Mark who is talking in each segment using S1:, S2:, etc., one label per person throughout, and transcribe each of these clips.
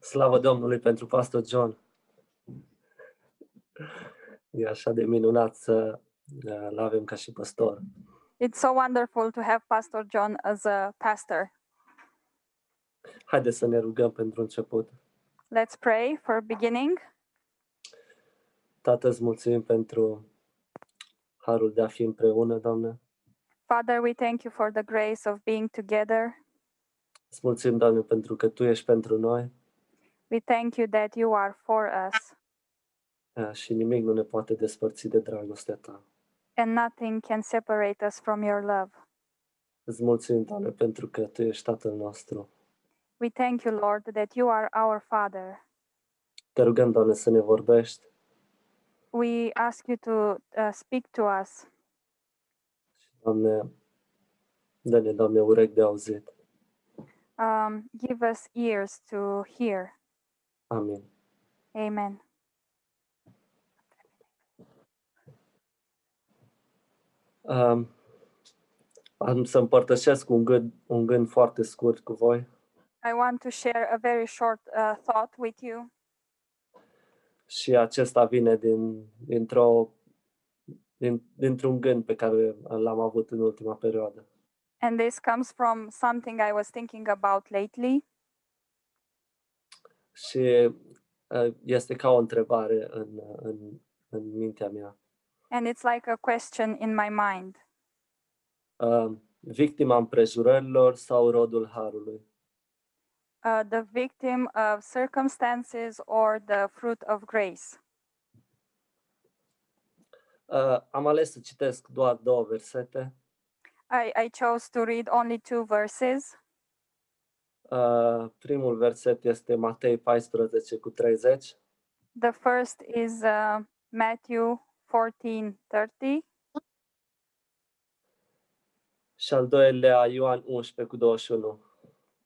S1: Slavă Domnului pentru pastor John. E așa de minunat să uh, l-avem ca și păstor.
S2: It's so wonderful to have Pastor John as a pastor.
S1: Haideți să ne rugăm pentru început.
S2: Let's pray for beginning.
S1: Tată, îți mulțumim pentru harul de a fi împreună, Doamne.
S2: Father, we thank you for the grace of being together.
S1: Îți mulțumim, Doamne, pentru că Tu ești pentru noi
S2: We thank you that you are for us
S1: uh, și nimic nu ne poate despărți de dragostea Ta.
S2: and nothing can separate us from your love.
S1: Îți mulțumim, Doamne, pentru că Tu ești Tatăl nostru.
S2: We thank you, Lord, that you are our Father.
S1: Te rugăm, Doamne, să ne vorbești
S2: We ask you to uh, speak to us.
S1: și, Doamne, dă-ne, Doamne, urechi de auzit.
S2: Um, give us ears to hear.
S1: Amin.
S2: Amen.
S1: Um, am să împărtășesc un gând, un gând foarte scurt cu voi
S2: I want to share a very short uh, thought with you,
S1: și acesta vine din, dintr-o, din, dintr-un gând pe care l-am avut în ultima perioadă.
S2: and this comes from something I was thinking about lately.
S1: Și uh, este ca o întrebare în, în, în mintea mea.
S2: And it's like a question in my mind
S1: Uh, victima împrejurărilor sau rodul harului?
S2: uh, the victim of circumstances or the fruit of grace.
S1: Uh, am ales să citesc doar două versete.
S2: I, I chose to read only two verses.
S1: Uh, primul verset este Matei 14 cu 30.
S2: The first is uh, Matthew 14 30,
S1: Și al doilea, Ioan 11 cu 21.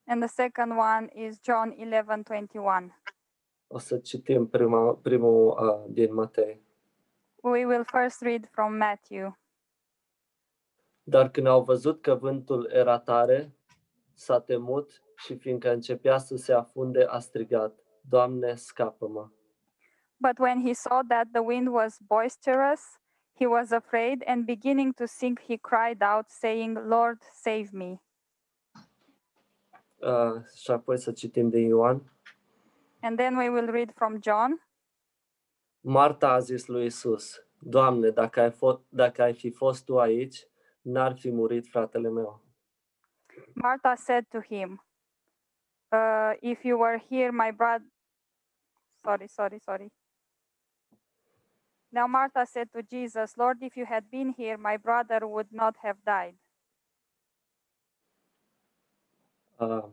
S2: and the second one is John 11 21.
S1: O să citim prima, primul uh, din Matei.
S2: We will first read from Matthew.
S1: Dar când au văzut că vântul era tare, s-a temut și fiindcă începea să se afunde, a strigat, Doamne, scapă-mă!
S2: But when he saw that the wind was boisterous, he was afraid, and beginning to sink, he cried out, saying, Lord, save me.
S1: Uh, și apoi să citim din Ioan.
S2: And then we will read from John.
S1: Marta a zis lui Isus, Doamne, dacă ai, fo- dacă ai fi fost tu aici, n-ar fi murit fratele meu.
S2: Martha said to him, uh, If you were here, my brother. Sorry, sorry, sorry. Now Martha said to Jesus, Lord, if you had been here, my brother would not have died.
S1: Uh,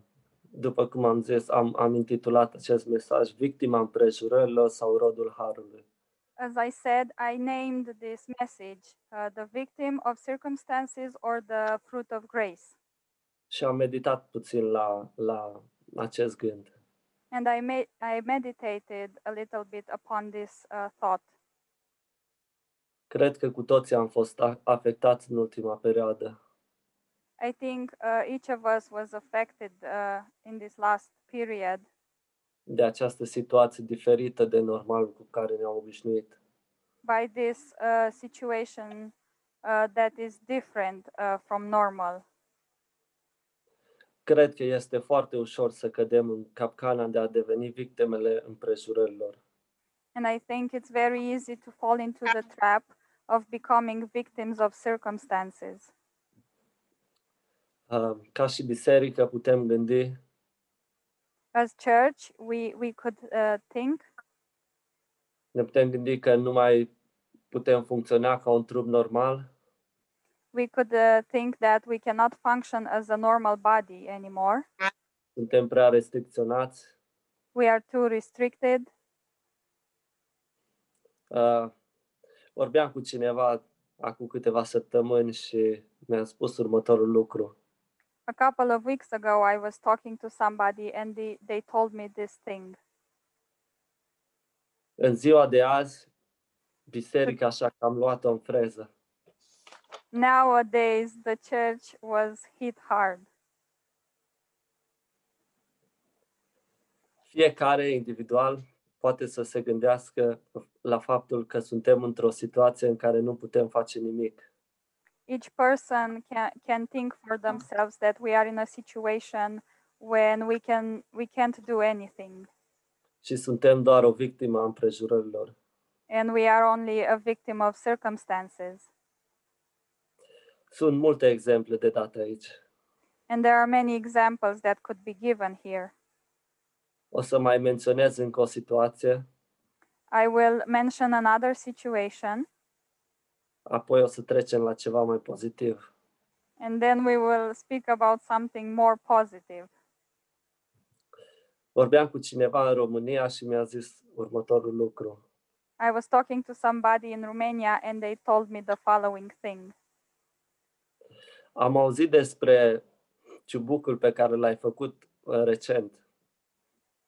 S1: după cum am zis, am, am intitulat acest mesaj Victima împrejurărilor sau rodul harului.
S2: As I said, I named this message uh, The Victim of Circumstances or the Fruit of Grace.
S1: și am meditat puțin la, la acest gând.
S2: and I made I meditated a little bit upon this uh, thought.
S1: Cred că cu toții am fost a- afectați în ultima perioadă
S2: I think uh, each of us was affected uh, in this last period
S1: de această situație diferită de normal cu care ne-am obișnuit.
S2: by this uh, situation uh, that is different uh, from normal.
S1: Cred că este foarte ușor să cădem în capcana de a deveni victimele împrejurărilor.
S2: And I think it's very easy to fall into the trap of becoming victims of circumstances.
S1: Uh, Ca și biserică putem gândi,
S2: As church, we, we could uh, think
S1: ne putem gândi că nu mai putem funcționa ca un trup normal,
S2: we could uh, think that we cannot function as a normal body anymore.
S1: suntem prea restricționați,
S2: We are too restricted.
S1: Uh, vorbeam cu cineva acum câteva săptămâni și mi-a spus următorul lucru.
S2: a couple of weeks ago i was talking to somebody and they, they told me this thing
S1: În ziua de azi, biserica așa că am luat-o în freză.
S2: nowadays the church was hit hard
S1: Fiecare individual poate să se gândească la faptul că suntem într-o situație în care nu putem face nimic.
S2: Each person can, can think for themselves that we are in a situation when we can we can't do anything
S1: și suntem doar o victimă a împrejurărilor.
S2: and we are only a victim of circumstances.
S1: Sunt multe exemple de dat aici.
S2: And there are many examples that could be given here.
S1: O să mai menționez încă o situație,
S2: I will mention another situation
S1: apoi o să trecem la ceva mai pozitiv.
S2: and then we will speak about something more positive.
S1: Vorbeam cu cineva în România și mi-a zis următorul lucru.
S2: I was talking to somebody in Romania and they told me the following thing.
S1: Am auzit despre ciubucul pe care l-ai făcut uh, recent.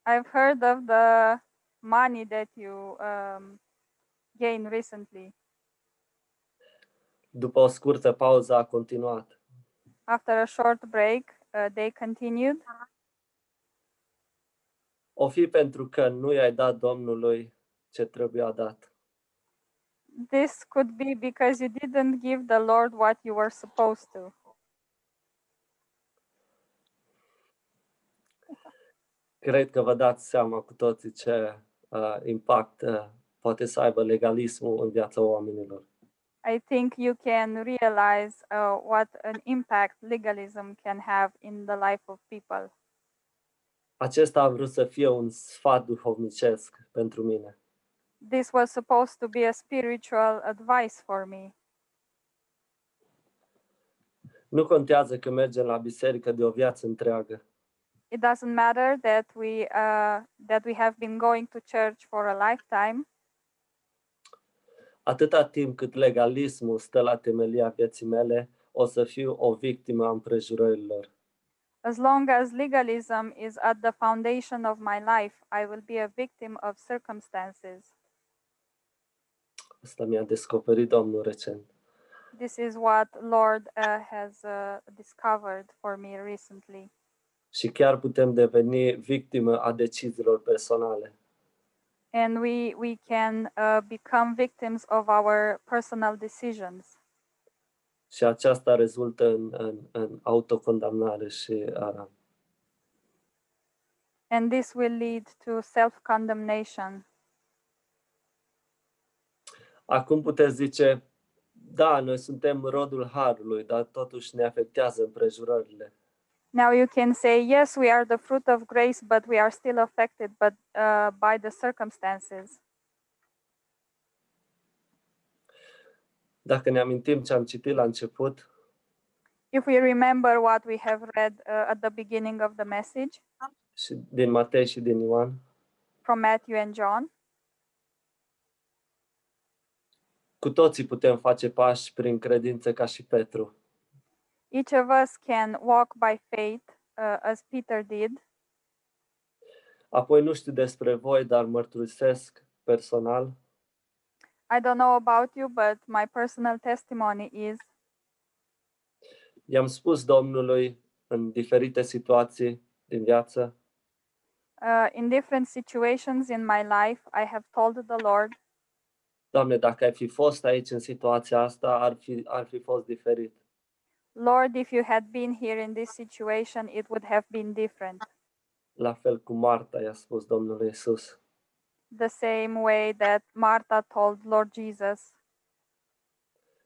S2: I've heard of the money that you um, gained recently.
S1: După o scurtă pauză a continuat.
S2: After a short break, uh, they continued.
S1: O fi pentru că nu i-ai dat Domnului ce trebuia dat.
S2: This could be because you didn't give the Lord what you were supposed to.
S1: Cred că vă dați seama cu toții ce uh, impact uh, poate să aibă legalismul în viața oamenilor.
S2: I think you can realize uh, what an impact legalism can have in the life of people.
S1: Acesta a vrut să fie un sfat duhovnicesc pentru mine.
S2: This was supposed to be a spiritual advice for me.
S1: Nu contează că mergem la biserică de o viață întreagă.
S2: It doesn't matter that we uh, that we have been going to church for a lifetime.
S1: Atâta timp cât legalismul stă la temelia vieții mele, o să fiu o victimă a împrejurărilor.
S2: As long as legalism is at the foundation of my life, I will be a victim of circumstances.
S1: Asta mi-a descoperit Domnul recent.
S2: This is what Lord uh, has uh, discovered for me recently.
S1: Și chiar putem deveni victimă a deciziilor personale.
S2: and we we can uh, become victims of our personal decisions
S1: Și aceasta rezultă în, în, în autocondamnare și uh,
S2: and this will lead to self-condemnation
S1: Acum puteți zice, da, noi suntem rodul harului, dar totuși ne afectează împrejurările.
S2: now you can say yes we are the fruit of grace but we are still affected but uh, by the circumstances
S1: Dacă ne amintim ce am citit la început,
S2: if we remember what we have read uh, at the beginning of the message
S1: și din Matei și din Ioan,
S2: from matthew and john
S1: cu toții putem face pași prin credință ca și Petru.
S2: each of us can walk by faith uh, as peter did
S1: Apoi nu știu despre voi, dar mărturisesc personal
S2: i don't know about you but my personal testimony is
S1: I-am spus Domnului în diferite situații din viață,
S2: uh, in different situations in my life, I have told the Lord,
S1: Doamne, dacă ai fi fost aici în situația asta, ar fi, ar fi fost diferit.
S2: Lord, if you had been here in this situation, it would have been different.
S1: La fel cu Marta i-a spus Domnul Iisus.
S2: The same way that Martha told Lord Jesus.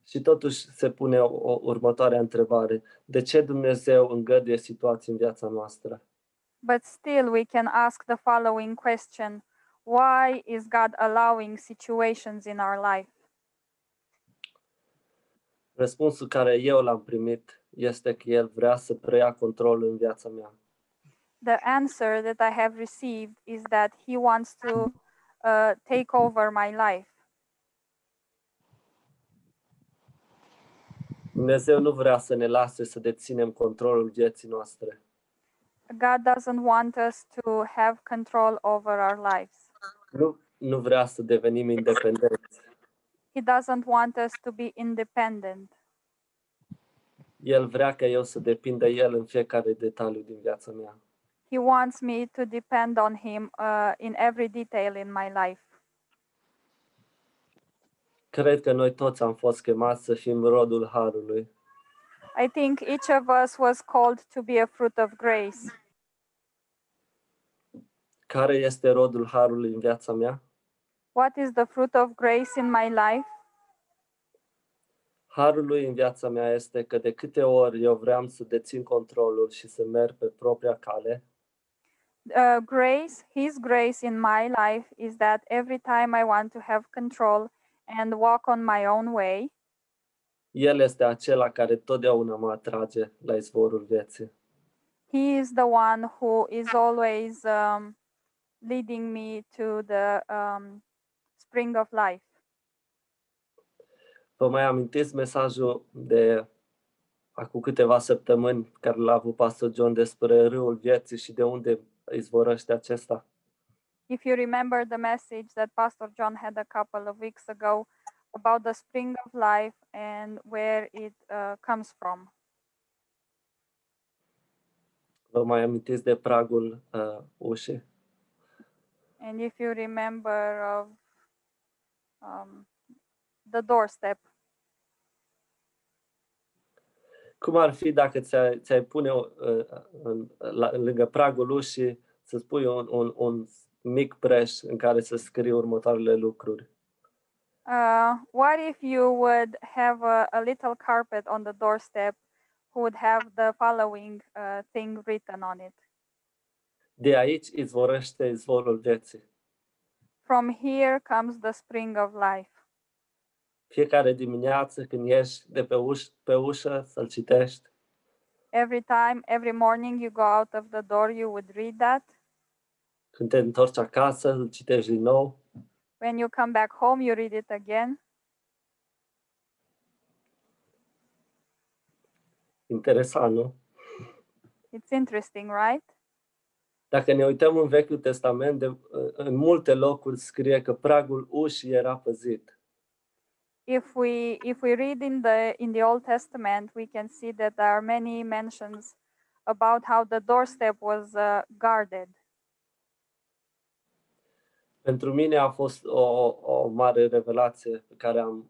S1: Și totuși se pune o, o următoarea întrebare. De ce Dumnezeu îngăduie situații în viața noastră?
S2: But still, we can ask the following question Why is God allowing situations in our life?
S1: Răspunsul care eu l-am primit este că El vrea să preia controlul în viața mea.
S2: The answer that I have received is that He wants to uh, take over my life.
S1: Dumnezeu nu vrea să ne lase să deținem controlul vieții noastre.
S2: God doesn't want us to have control over our lives.
S1: Nu, nu vrea să devenim independenți.
S2: He doesn't want us to be independent.
S1: El vrea ca eu să depind de El în fiecare detaliu din viața mea.
S2: He wants me to depend on Him uh, in every detail in my life.
S1: Cred că noi toți am fost chemați să fim rodul harului.
S2: I think each of us was called to be a fruit of grace.
S1: Care este rodul harului în viața mea?
S2: What is the fruit of grace in my life?
S1: Harul lui în viața mea este că de câte ori eu vreau să dețin controlul și să merg pe propria cale,
S2: uh, grace, His grace in my life is that every time I want to have control and walk on my own way,
S1: El este acela care totdeauna mă atrage la izvorul vieții.
S2: He is the one who is always um, leading me to the um, spring of life.
S1: Vă mai amintiți mesajul de acum câteva săptămâni care l-a avut pastor John despre râul vieții și de unde izvorăște acesta?
S2: If you remember the message that Pastor John had a couple of weeks ago about the spring of life and where it uh, comes from.
S1: Vă mai amintiți de pragul uh, ușii?
S2: And if you remember of um, the doorstep,
S1: Cum ar fi dacă ți-ai, ți-ai pune uh, în, la, lângă pragul ușii să spui un, un, un mic preș în care să scrii următoarele lucruri?
S2: Uh, what if you would have a, a little carpet on the doorstep who would have the following uh, thing written on it?
S1: De aici izvorăște izvorul vieții.
S2: From here comes the spring of life.
S1: fiecare dimineață când ieși de pe, uș- pe ușă să-l citești,
S2: Every time, every morning you go out of the door, you would read that.
S1: când te întorci acasă, îl citești din nou.
S2: When you come back home, you read it again.
S1: Interesant, nu?
S2: It's interesting, right?
S1: Dacă ne uităm în Vechiul Testament, de, în multe locuri scrie că pragul ușii era păzit.
S2: If we if we read in the in the Old Testament, we can see that there are many mentions about how the doorstep was uh, guarded.
S1: Pentru mine a fost o, o mare revelație pe care am,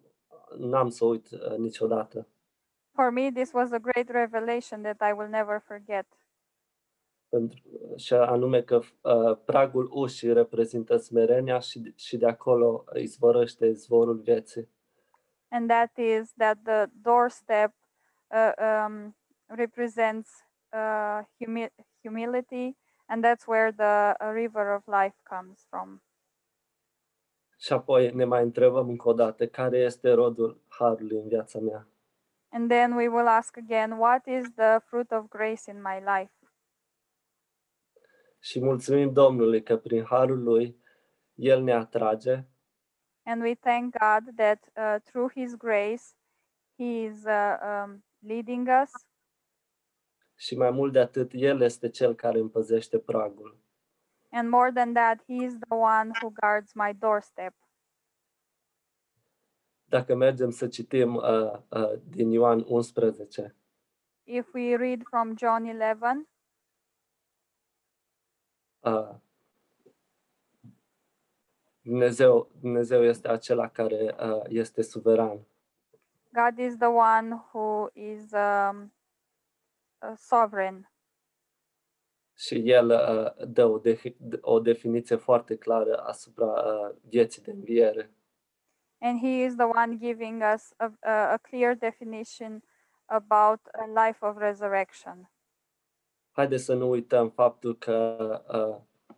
S1: n-am să o uit uh, niciodată.
S2: for me this was a great revelation that i will never forget
S1: Pentru, și anume că uh, pragul ușii reprezintă smerenia și, și de acolo izvorăște izvorul vieții.
S2: and that is that the doorstep uh, um, represents uh, humi- humility and that's where the uh, river of life comes from
S1: Și apoi ne mai întrebăm încă o dată care este rodul harului în viața mea.
S2: and then we will ask again what is the fruit of grace in my life
S1: Și mulțumim Domnului că prin harul lui el ne atrage
S2: and we thank god that uh, through his grace he is uh, um, leading us
S1: și mai mult de atât el este cel care îmi păzește pragul.
S2: and more than that he is the one who guards my doorstep
S1: Dacă mergem să citim uh, uh, din Ioan 11,
S2: if we read from John 11,
S1: uh, Dumnezeu, Dumnezeu este acela care uh, este suveran.
S2: God is the one who is um, uh, sovereign,
S1: Și el uh, dă o, defi- o definiție foarte clară asupra uh, vieții de înviere.
S2: and He is the one giving us a, a, a clear definition about a life of resurrection.
S1: haideți să nu uităm faptul că uh,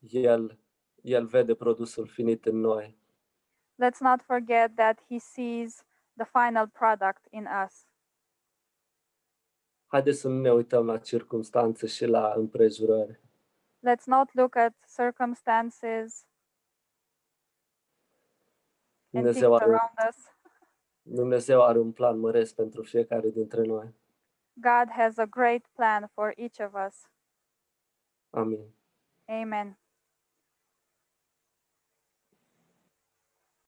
S1: el, el vede produsul finit în noi.
S2: Let's not forget that He sees the final product in us.
S1: Haideți să nu ne uităm la circumstanțe și la împrejurări,
S2: Let's not look at circumstances and things
S1: Dumnezeu are,
S2: around us.
S1: Dumnezeu are un plan măresc pentru fiecare dintre noi.
S2: God has a great plan for each of us.
S1: Amin.
S2: Amen.